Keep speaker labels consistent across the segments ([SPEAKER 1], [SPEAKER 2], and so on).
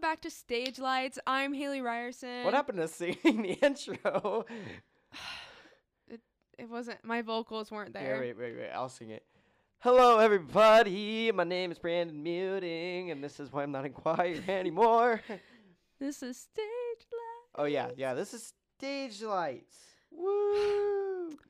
[SPEAKER 1] back to Stage Lights. I'm Haley Ryerson.
[SPEAKER 2] What happened to singing the intro?
[SPEAKER 1] It wasn't my vocals weren't
[SPEAKER 2] Yeah,
[SPEAKER 1] there.
[SPEAKER 2] wait, wait, wait. I'll sing it. Hello, everybody. My name is Brandon Muting, and this is why I'm not in choir anymore.
[SPEAKER 1] This is Stage Lights.
[SPEAKER 2] Oh yeah, yeah. This is stage lights. Woo!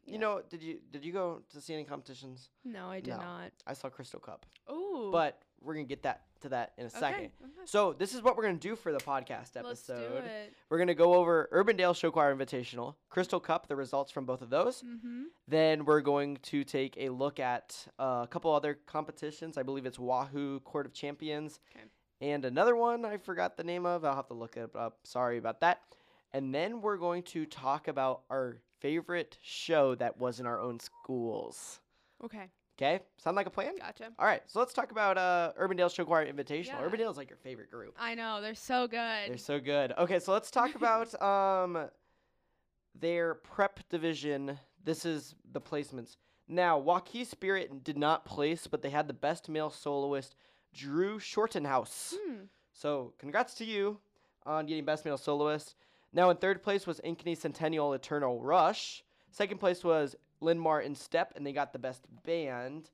[SPEAKER 1] Yeah.
[SPEAKER 2] You know, did you did you go to see any competitions?
[SPEAKER 1] No, I did
[SPEAKER 2] No.
[SPEAKER 1] not.
[SPEAKER 2] I saw Crystal Cup,
[SPEAKER 1] Oh.
[SPEAKER 2] but we're gonna get that to that in a
[SPEAKER 1] okay.
[SPEAKER 2] second.
[SPEAKER 1] okay.
[SPEAKER 2] So this is what we're gonna do for the podcast episode.
[SPEAKER 1] Let's do it.
[SPEAKER 2] We're gonna go over Urbandale Show Choir Invitational, Crystal Cup, the results from both of those.
[SPEAKER 1] Mm-hmm.
[SPEAKER 2] Then we're going to take a look at uh, a couple other competitions. I believe it's Wahoo Court of Champions
[SPEAKER 1] 'Kay.
[SPEAKER 2] and another one I forgot the name of. I'll have to look it up. Sorry about that. And then we're going to talk about our favorite show that was in our own schools.
[SPEAKER 1] Okay.
[SPEAKER 2] Okay? Sound like a plan?
[SPEAKER 1] Gotcha.
[SPEAKER 2] All right. So let's talk about uh, Urbandale Show Choir Invitational.
[SPEAKER 1] Yeah.
[SPEAKER 2] Urbandale is like your favorite group.
[SPEAKER 1] I know they're so good.
[SPEAKER 2] They're so good. Okay, so let's talk about um their prep division. This is the placements. Now, Waukee Spirit did not place, but they had the best male soloist, Drew Shortenhouse.
[SPEAKER 1] Hmm.
[SPEAKER 2] So, congrats to you on getting best male soloist. Now, in third place was Ankeny Centennial Eternal Rush. Second place was Lynn Martin Step, and they got the best band.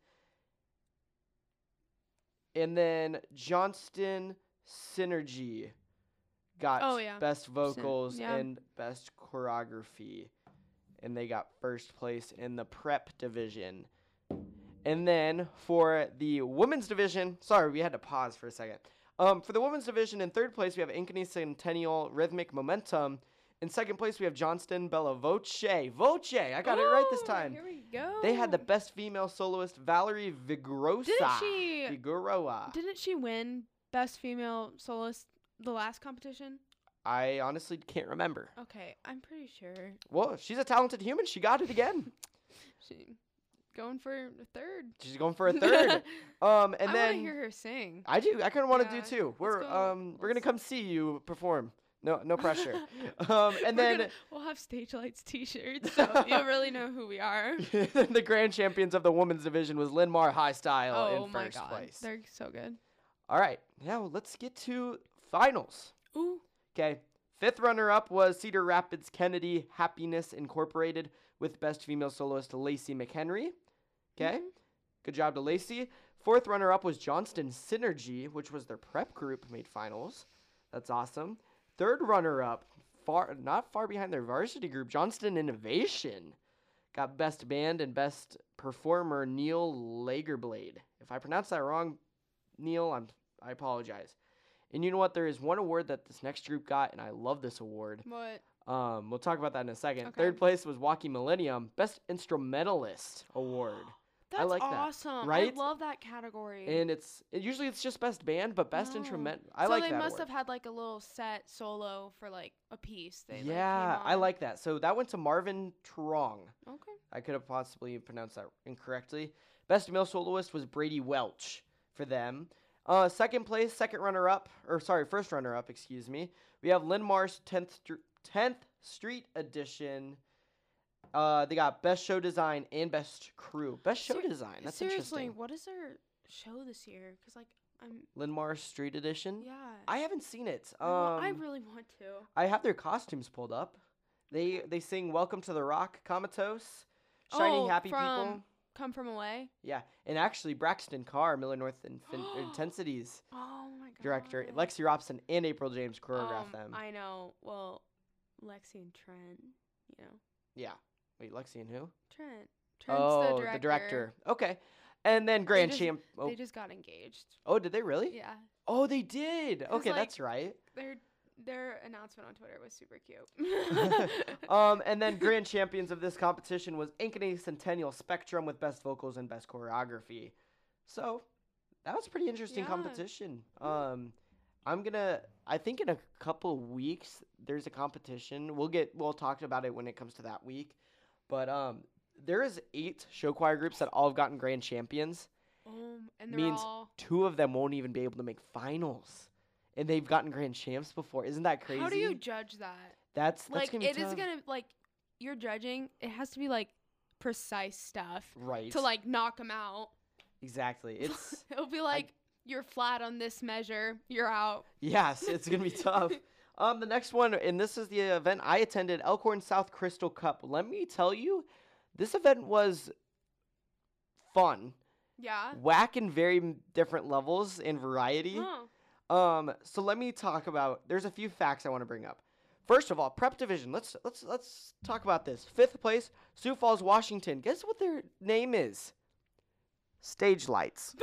[SPEAKER 2] And then Johnston Synergy got
[SPEAKER 1] Oh, yeah.
[SPEAKER 2] best vocals
[SPEAKER 1] yeah.
[SPEAKER 2] and best choreography. And they got first place in the prep division. And then for the women's division, sorry, we had to pause for a second. Um, for the women's division, in third place, we have Ankeny Centennial Rhythmic Momentum. In second place, we have Johnston Bella Voce. Voce! I got it right this
[SPEAKER 1] Oh,
[SPEAKER 2] time.
[SPEAKER 1] Here we go.
[SPEAKER 2] They had the best female soloist, Valerie Vigorosa.
[SPEAKER 1] Didn't she?
[SPEAKER 2] Vigoroa.
[SPEAKER 1] Didn't she win best female soloist the last competition?
[SPEAKER 2] I honestly can't remember.
[SPEAKER 1] Okay, I'm pretty sure
[SPEAKER 2] Well, she's a talented human. She got it again.
[SPEAKER 1] she going for a third.
[SPEAKER 2] she's going for a third. Um, and
[SPEAKER 1] I want
[SPEAKER 2] then
[SPEAKER 1] to hear her sing.
[SPEAKER 2] I do. I kind of want to
[SPEAKER 1] Yeah,
[SPEAKER 2] do too. We're
[SPEAKER 1] go.
[SPEAKER 2] um we're gonna
[SPEAKER 1] Let's-
[SPEAKER 2] come see you perform. No, no pressure. um, and
[SPEAKER 1] We're
[SPEAKER 2] then.
[SPEAKER 1] gonna- we'll have stage lights T-shirts, so you'll really know who we are.
[SPEAKER 2] the grand champions of the women's division was Linmar High Style
[SPEAKER 1] Oh
[SPEAKER 2] in
[SPEAKER 1] my
[SPEAKER 2] first
[SPEAKER 1] god,
[SPEAKER 2] place.
[SPEAKER 1] they're so good.
[SPEAKER 2] All right, now let's get to finals.
[SPEAKER 1] Ooh,
[SPEAKER 2] Okay, fifth runner-up was Cedar Rapids Kennedy Happiness Incorporated with best female soloist Lacey McHenry. Okay, good job to Lacey. Fourth runner-up was Johnston Synergy, which was their prep group made finals. That's awesome. Third runner-up, far not far behind their varsity group, Johnston Innovation got best band and best performer Neil Lagerblade. If I pronounce that wrong, Neil, I'm I apologize. And you know what? There is one award that this next group got, and I love this award.
[SPEAKER 1] what?
[SPEAKER 2] Um, we'll talk about that in a second.
[SPEAKER 1] Okay.
[SPEAKER 2] Third place was Waukee Millennium Best Instrumentalist Award,
[SPEAKER 1] That's
[SPEAKER 2] like that,
[SPEAKER 1] awesome.
[SPEAKER 2] right?
[SPEAKER 1] I love that category.
[SPEAKER 2] and it's it, usually it's just best band, but best
[SPEAKER 1] Wow.
[SPEAKER 2] instrument. I
[SPEAKER 1] Ah. so
[SPEAKER 2] like
[SPEAKER 1] they
[SPEAKER 2] that.
[SPEAKER 1] must have
[SPEAKER 2] award.
[SPEAKER 1] had like a little set solo for like a piece. They like, came
[SPEAKER 2] yeah, I
[SPEAKER 1] on.
[SPEAKER 2] like that. So that went to Marvin Trong.
[SPEAKER 1] Okay.
[SPEAKER 2] I could have possibly pronounced that incorrectly. Best male soloist was Brady Welch for them. Uh, second place, second runner up, or sorry, first runner up, excuse me. We have Linmar's 10th, Str- 10th Street Edition. Uh, they got best show design and best crew. Best show
[SPEAKER 1] Ser-
[SPEAKER 2] design. That's
[SPEAKER 1] Seriously,
[SPEAKER 2] interesting.
[SPEAKER 1] what is their show this year? Because like I'm,
[SPEAKER 2] Linmar Street Edition.
[SPEAKER 1] yeah.
[SPEAKER 2] I haven't seen it. Um,
[SPEAKER 1] I wa- I really want to.
[SPEAKER 2] I have their costumes pulled up. They they sing "Welcome to the Rock," "Comatose," "Shiny
[SPEAKER 1] Oh,
[SPEAKER 2] Happy
[SPEAKER 1] from-
[SPEAKER 2] People."
[SPEAKER 1] Come from away.
[SPEAKER 2] Yeah, and actually Braxton Carr, Miller North Infin- Intensities
[SPEAKER 1] Oh my god.
[SPEAKER 2] director, Lexi Robson, and April James choreographed
[SPEAKER 1] Um,
[SPEAKER 2] them.
[SPEAKER 1] I know. Well, Lexi and Trent. You know,
[SPEAKER 2] yeah. Wait, Lexi and who?
[SPEAKER 1] Trent. Trent's
[SPEAKER 2] Oh,
[SPEAKER 1] the director.
[SPEAKER 2] Okay. And then Grand
[SPEAKER 1] just-
[SPEAKER 2] Champ. Oh,
[SPEAKER 1] They just got engaged.
[SPEAKER 2] oh, did they really?
[SPEAKER 1] Yeah.
[SPEAKER 2] Oh, they did.
[SPEAKER 1] 'Cause,
[SPEAKER 2] Okay,
[SPEAKER 1] like-
[SPEAKER 2] that's right.
[SPEAKER 1] Their their announcement on Twitter was super cute.
[SPEAKER 2] Um, and then grand champions of this competition was Ankeny Centennial Spectrum with best vocals and best choreography. So that was a pretty interesting
[SPEAKER 1] Yeah.
[SPEAKER 2] competition.
[SPEAKER 1] Yeah.
[SPEAKER 2] Um, I'm gonna. I think in a couple weeks there's a competition. We'll get. We'll talk about it when it comes to that week. But um, there is eight show choir groups that all have gotten grand champions.
[SPEAKER 1] um, and they're
[SPEAKER 2] Means-
[SPEAKER 1] all.
[SPEAKER 2] Two of them won't even be able to make finals, and they've gotten grand champs before. Isn't that crazy?
[SPEAKER 1] How do you judge that?
[SPEAKER 2] That's, that's
[SPEAKER 1] Like,
[SPEAKER 2] gonna
[SPEAKER 1] it
[SPEAKER 2] be
[SPEAKER 1] is
[SPEAKER 2] tough.
[SPEAKER 1] gonna like you're judging. It has to be like precise stuff
[SPEAKER 2] right
[SPEAKER 1] to like knock them out.
[SPEAKER 2] exactly. It's
[SPEAKER 1] It'll be like you're flat on this measure. You're out.
[SPEAKER 2] Yes, it's gonna be tough. Um, the next one, and this is the event I attended, Elkhorn South Crystal Cup. Let me tell you, this event was fun,
[SPEAKER 1] Yeah.
[SPEAKER 2] whack in very m- different levels and variety.
[SPEAKER 1] Huh.
[SPEAKER 2] Um, so let me talk about. There's a few facts I want to bring up. First of all, prep division. Let's let's let's talk about this. Fifth place, Sioux Falls, Washington. Guess what their name is? Stage lights.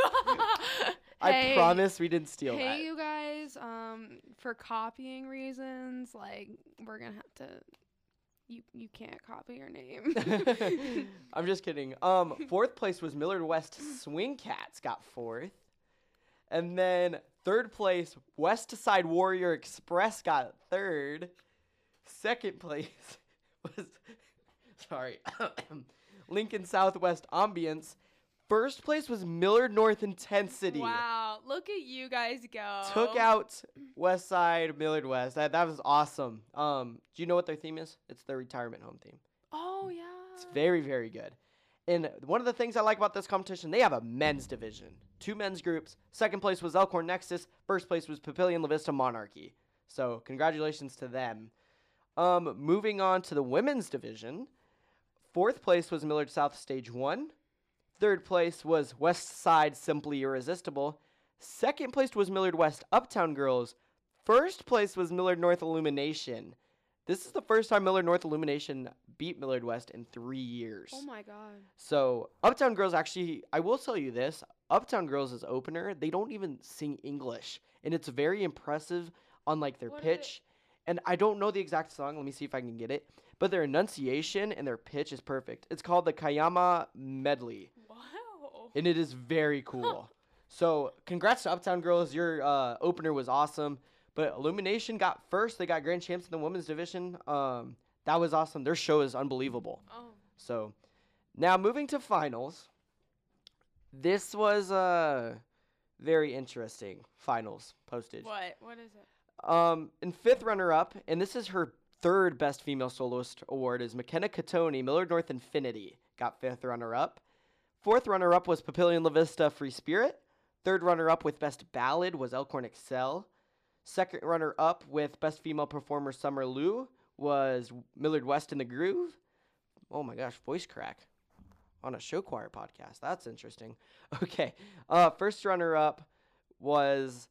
[SPEAKER 2] I
[SPEAKER 1] Hey,
[SPEAKER 2] promise we didn't steal
[SPEAKER 1] Hey,
[SPEAKER 2] that.
[SPEAKER 1] you guys. Um, for copying reasons, like we're gonna have to. You you can't copy your name.
[SPEAKER 2] I'm just kidding. Um, fourth place was Millard West Swing Cats got fourth, and then third place West Side Warrior Express got third. Second place was sorry, Lincoln Southwest Ambience. First place was Millard North Intensity.
[SPEAKER 1] wow, look at you guys go.
[SPEAKER 2] Took out West Side Millard West. That that was awesome. Um, do you know what their theme is? It's their retirement home theme.
[SPEAKER 1] Oh yeah.
[SPEAKER 2] It's very, very good. And one of the things I like about this competition, they have a men's division, two men's groups. Second place was Elkhorn Nexus. First place was Papillion La Vista Monarchy. So congratulations to them. Um, moving on to the women's division, fourth place was Millard South Stage One. Third place was West Side Simply Irresistible. Second place was Millard West Uptown Girls. First place was Millard North Illumination. This is the first time Millard North Illumination beat Millard West in three years.
[SPEAKER 1] oh my god.
[SPEAKER 2] So Uptown Girls actually, I will tell you this: Uptown Girls is opener. They don't even sing English, and it's very impressive on like their
[SPEAKER 1] What are they-
[SPEAKER 2] pitch. And I don't know the exact song. Let me see if I can get it. But their enunciation and their pitch is perfect. It's called the Kayama Medley,
[SPEAKER 1] Wow.
[SPEAKER 2] and it is very cool. so congrats to Uptown Girls. Your uh, opener was awesome. But Illumination got first. They got grand champs in the women's division. Um, that was awesome. Their show is unbelievable.
[SPEAKER 1] Oh.
[SPEAKER 2] So now moving to finals. This was uh very interesting finals postage.
[SPEAKER 1] What? What is it?
[SPEAKER 2] Um and fifth runner up, and this is her third best female soloist award is McKenna Katoni, Millard North Infinity, got fifth runner up. Fourth runner up was Papillion La Vista Free Spirit. Third runner up with Best Ballad was Elkhorn Excel. Second runner up with Best Female Performer Summer Lou was Millard West in the Groove. Oh my gosh, voice crack on a show choir podcast. That's interesting. Okay. Uh, first runner up was.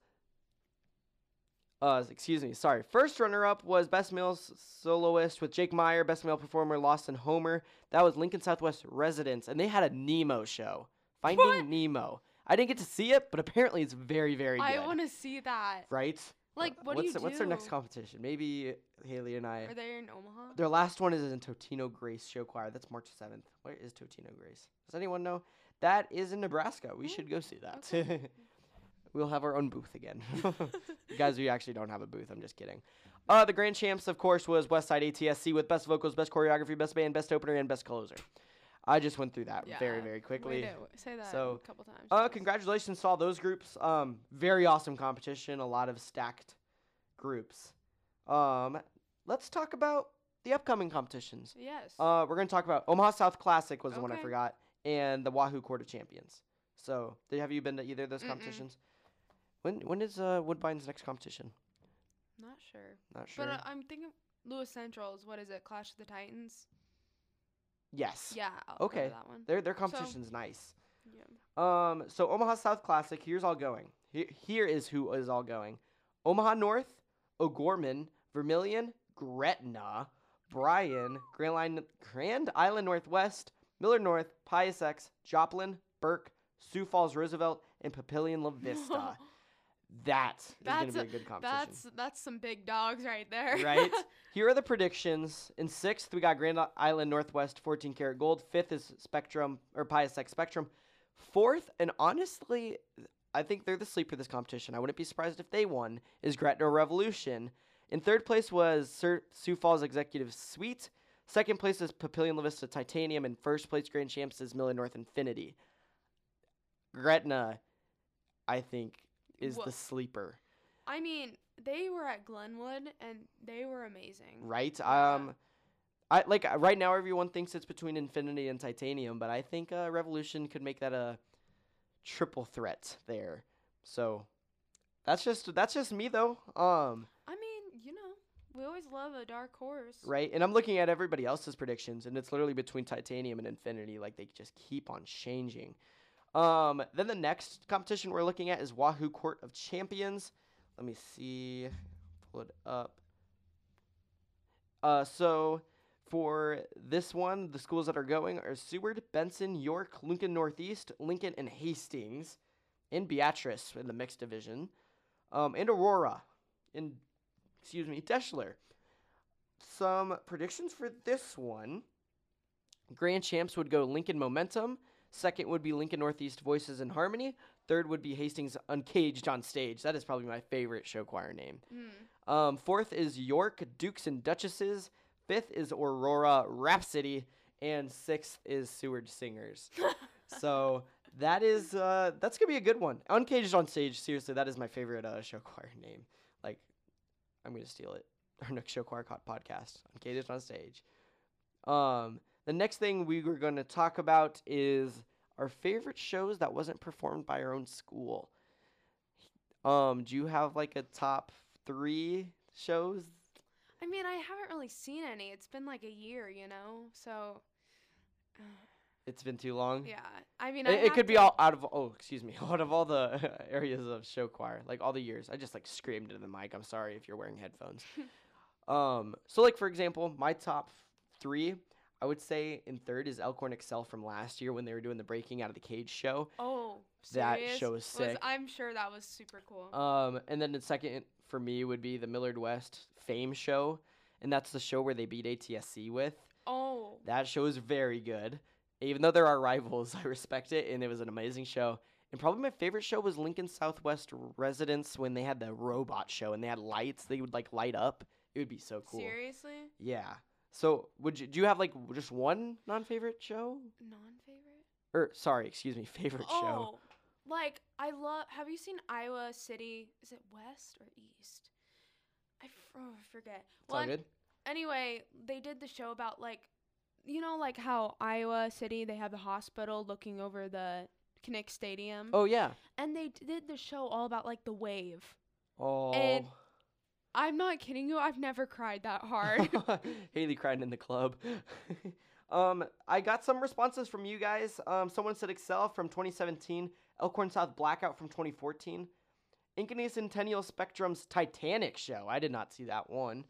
[SPEAKER 2] Uh, excuse me, sorry. First runner up was Best Male S- Soloist with Jake Meyer, Best Male Performer Lawson Homer. That was Lincoln Southwest Residents, and they had a Nemo show. Finding
[SPEAKER 1] What?
[SPEAKER 2] Nemo. I didn't get to see it, but apparently it's very, very
[SPEAKER 1] I
[SPEAKER 2] good.
[SPEAKER 1] want to see that.
[SPEAKER 2] right?
[SPEAKER 1] Like, what
[SPEAKER 2] what's
[SPEAKER 1] do you
[SPEAKER 2] the-
[SPEAKER 1] do?
[SPEAKER 2] What's their next competition? Maybe Haley and I.
[SPEAKER 1] Are they in Omaha?
[SPEAKER 2] Their last one is in Totino Grace Show Choir. That's March 7th. Where is Totino Grace? Does anyone know? That is in Nebraska. We
[SPEAKER 1] Oh,
[SPEAKER 2] should go see that.
[SPEAKER 1] okay.
[SPEAKER 2] we'll have our own booth again. Guys, we actually don't have a booth. I'm just kidding. Uh, the grand champs, of course, was Westside ATSC with best vocals, best choreography, best band, best opener, and best closer. I just went through that very,
[SPEAKER 1] Yeah,
[SPEAKER 2] very
[SPEAKER 1] Way
[SPEAKER 2] quickly.
[SPEAKER 1] to Say that
[SPEAKER 2] So,
[SPEAKER 1] a couple times.
[SPEAKER 2] Uh,
[SPEAKER 1] please.
[SPEAKER 2] congratulations to all those groups. Um, very awesome competition. A lot of stacked groups. Um, let's talk about the upcoming competitions.
[SPEAKER 1] Yes.
[SPEAKER 2] Uh, we're gonna talk about Omaha South Classic was the one I
[SPEAKER 1] Okay.
[SPEAKER 2] forgot, and the Wahoo Court of Champions. So, did, have you been to either of those
[SPEAKER 1] Mm-mm.
[SPEAKER 2] competitions? When when is uh, Woodbine's next competition?
[SPEAKER 1] Not sure.
[SPEAKER 2] Not sure.
[SPEAKER 1] But uh, I'm thinking Lewis Central's. What is it? Clash of the Titans.
[SPEAKER 2] yes.
[SPEAKER 1] Yeah. I'll go to
[SPEAKER 2] Okay.
[SPEAKER 1] That one.
[SPEAKER 2] Their their competition's nice.
[SPEAKER 1] Yeah.
[SPEAKER 2] Um, so Omaha South Classic. Here's all going. Here, here is who is all going. Omaha North, O'Gorman, Vermilion, Gretna, Bryan, Grand, Line, Grand Island Northwest, Miller North, Pius X, Joplin, Burke, Sioux Falls Roosevelt, and Papillion La Vista. that is going
[SPEAKER 1] That's
[SPEAKER 2] to be
[SPEAKER 1] a-
[SPEAKER 2] a good competition.
[SPEAKER 1] that's that's some big dogs right there.
[SPEAKER 2] Right? Here are the predictions. In sixth, we got Grand I- Island Northwest, 14 karat gold. Fifth is Spectrum or Pius X Spectrum. Fourth, and honestly, I think they're the sleeper this competition. I wouldn't be surprised if they won. Is Gretna Revolution. In third place was Sir Sioux Falls Executive Suite. Second place is Papillion La Vista Titanium, and first place Grand Champs is Miller North Infinity. Gretna, I think, is
[SPEAKER 1] Wha-
[SPEAKER 2] the sleeper.
[SPEAKER 1] I mean, they were at Glenwood and they were amazing.
[SPEAKER 2] Right.
[SPEAKER 1] Yeah.
[SPEAKER 2] Um, I like uh, right now everyone thinks it's between Infinity and Titanium, but I think uh, Revolution could make that a triple threat there. So that's just that's just me though. Um,
[SPEAKER 1] I mean, you know, we always love a dark horse.
[SPEAKER 2] right? And I'm looking at everybody else's predictions and it's literally between Titanium and Infinity like they just keep on changing. Um, then the next competition we're looking at is Wahoo Court of Champions. Let me see pull it up. Uh, so for this one, the schools that are going are Seward, Benson, York, Lincoln Northeast, Lincoln, and Hastings, and Beatrice in the mixed division, um, and Aurora, and excuse me, Deschler. Some predictions for this one: Grand champs would go Lincoln Momentum. Second would be Lincoln Northeast Voices in Harmony. Third would be Hastings Uncaged on Stage. That is probably my favorite show choir name.
[SPEAKER 1] Mm.
[SPEAKER 2] Um, fourth is York Dukes and Duchesses. Fifth is Aurora Rhapsody, and sixth is Seward Singers. so that is uh, that's gonna be a good one. Uncaged on stage, seriously, that is my favorite uh, show choir name. Like, I'm gonna steal it. Our next show choir caught podcast. Uncaged on stage. Um, the next thing we were gonna talk about is our favorite shows that wasn't performed by our own school. Um, do you have like a top three shows?
[SPEAKER 1] I mean, I haven't really seen any. It's been like a year, you know. So uh,
[SPEAKER 2] It's been too long.
[SPEAKER 1] yeah, I mean, I
[SPEAKER 2] It, it
[SPEAKER 1] have
[SPEAKER 2] could be
[SPEAKER 1] to-
[SPEAKER 2] all out of oh excuse me out of all the areas of show choir like all the years I just like screamed into the mic I'm sorry if you're wearing headphones, um so like for example my top three I would say in third is Elkhorn Excel from last year when they were doing the breaking out of the cage show
[SPEAKER 1] Oh,
[SPEAKER 2] That
[SPEAKER 1] serious?
[SPEAKER 2] show is
[SPEAKER 1] Was-
[SPEAKER 2] sick.
[SPEAKER 1] I'm sure that was super cool.
[SPEAKER 2] Um, and then the second for me would be the Millard West Fame Show, and that's the show where they beat ATSC with.
[SPEAKER 1] oh,
[SPEAKER 2] That show is very good, even though they're our rivals. I respect it, and it was an amazing show. And probably my favorite show was Lincoln Southwest Residents when they had the robot show and they had lights. They would like light up. It would be so cool.
[SPEAKER 1] seriously?
[SPEAKER 2] Yeah. So would you do you have like w- just one non-favorite show?
[SPEAKER 1] Non-favorite?
[SPEAKER 2] Or sorry, excuse me, favorite show.
[SPEAKER 1] Oh, like I love. Have you seen Iowa City? Is it west or east? I f- oh, I forget.
[SPEAKER 2] It's all
[SPEAKER 1] an-
[SPEAKER 2] good.
[SPEAKER 1] anyway, they did the show about like, you know, like how Iowa City they have the hospital looking over the Kinnick Stadium,
[SPEAKER 2] Oh yeah.
[SPEAKER 1] and they d- did the show all about like the wave.
[SPEAKER 2] Oh.
[SPEAKER 1] And- I'm not kidding you. I've never cried that hard.
[SPEAKER 2] Haley cried in the club. um, I got some responses from you guys. Um, someone said Excel from 2017, Elkhorn South Blackout from 2014, Inconese Centennial Spectrum's Titanic show. I did not see that one.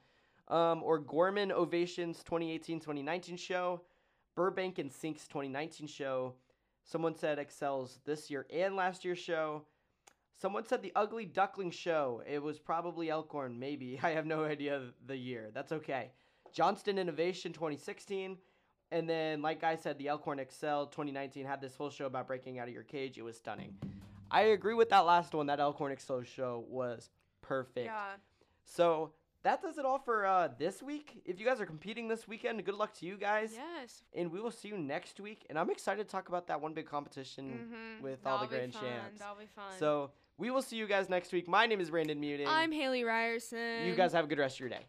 [SPEAKER 2] Um, or Gorman Ovation's 2018-2019 show, Burbank and Sink's 2019 show. Someone said Excel's this year and last year's show. Someone said the Ugly Duckling show. It was probably Elkhorn, maybe. I have no idea the year. That's okay. Johnston Innovation 2016. And then, like I said, the Elkhorn Excel 2019 had this whole show about breaking out of your cage. It was stunning. I agree with that last one. That Elkhorn Excel show was perfect.
[SPEAKER 1] yeah.
[SPEAKER 2] So that does it all for uh, this week. If you guys are competing this weekend, good luck to you guys.
[SPEAKER 1] Yes.
[SPEAKER 2] And we will see you next week. And I'm excited to talk about that one big competition.
[SPEAKER 1] Mm-hmm.
[SPEAKER 2] Mm, with all the grand
[SPEAKER 1] fun.
[SPEAKER 2] champs.
[SPEAKER 1] That'll be fun.
[SPEAKER 2] So we will see you guys next week. My name is Brandon Muting.
[SPEAKER 1] I'm Haley Ryerson.
[SPEAKER 2] you guys have a good rest of your day.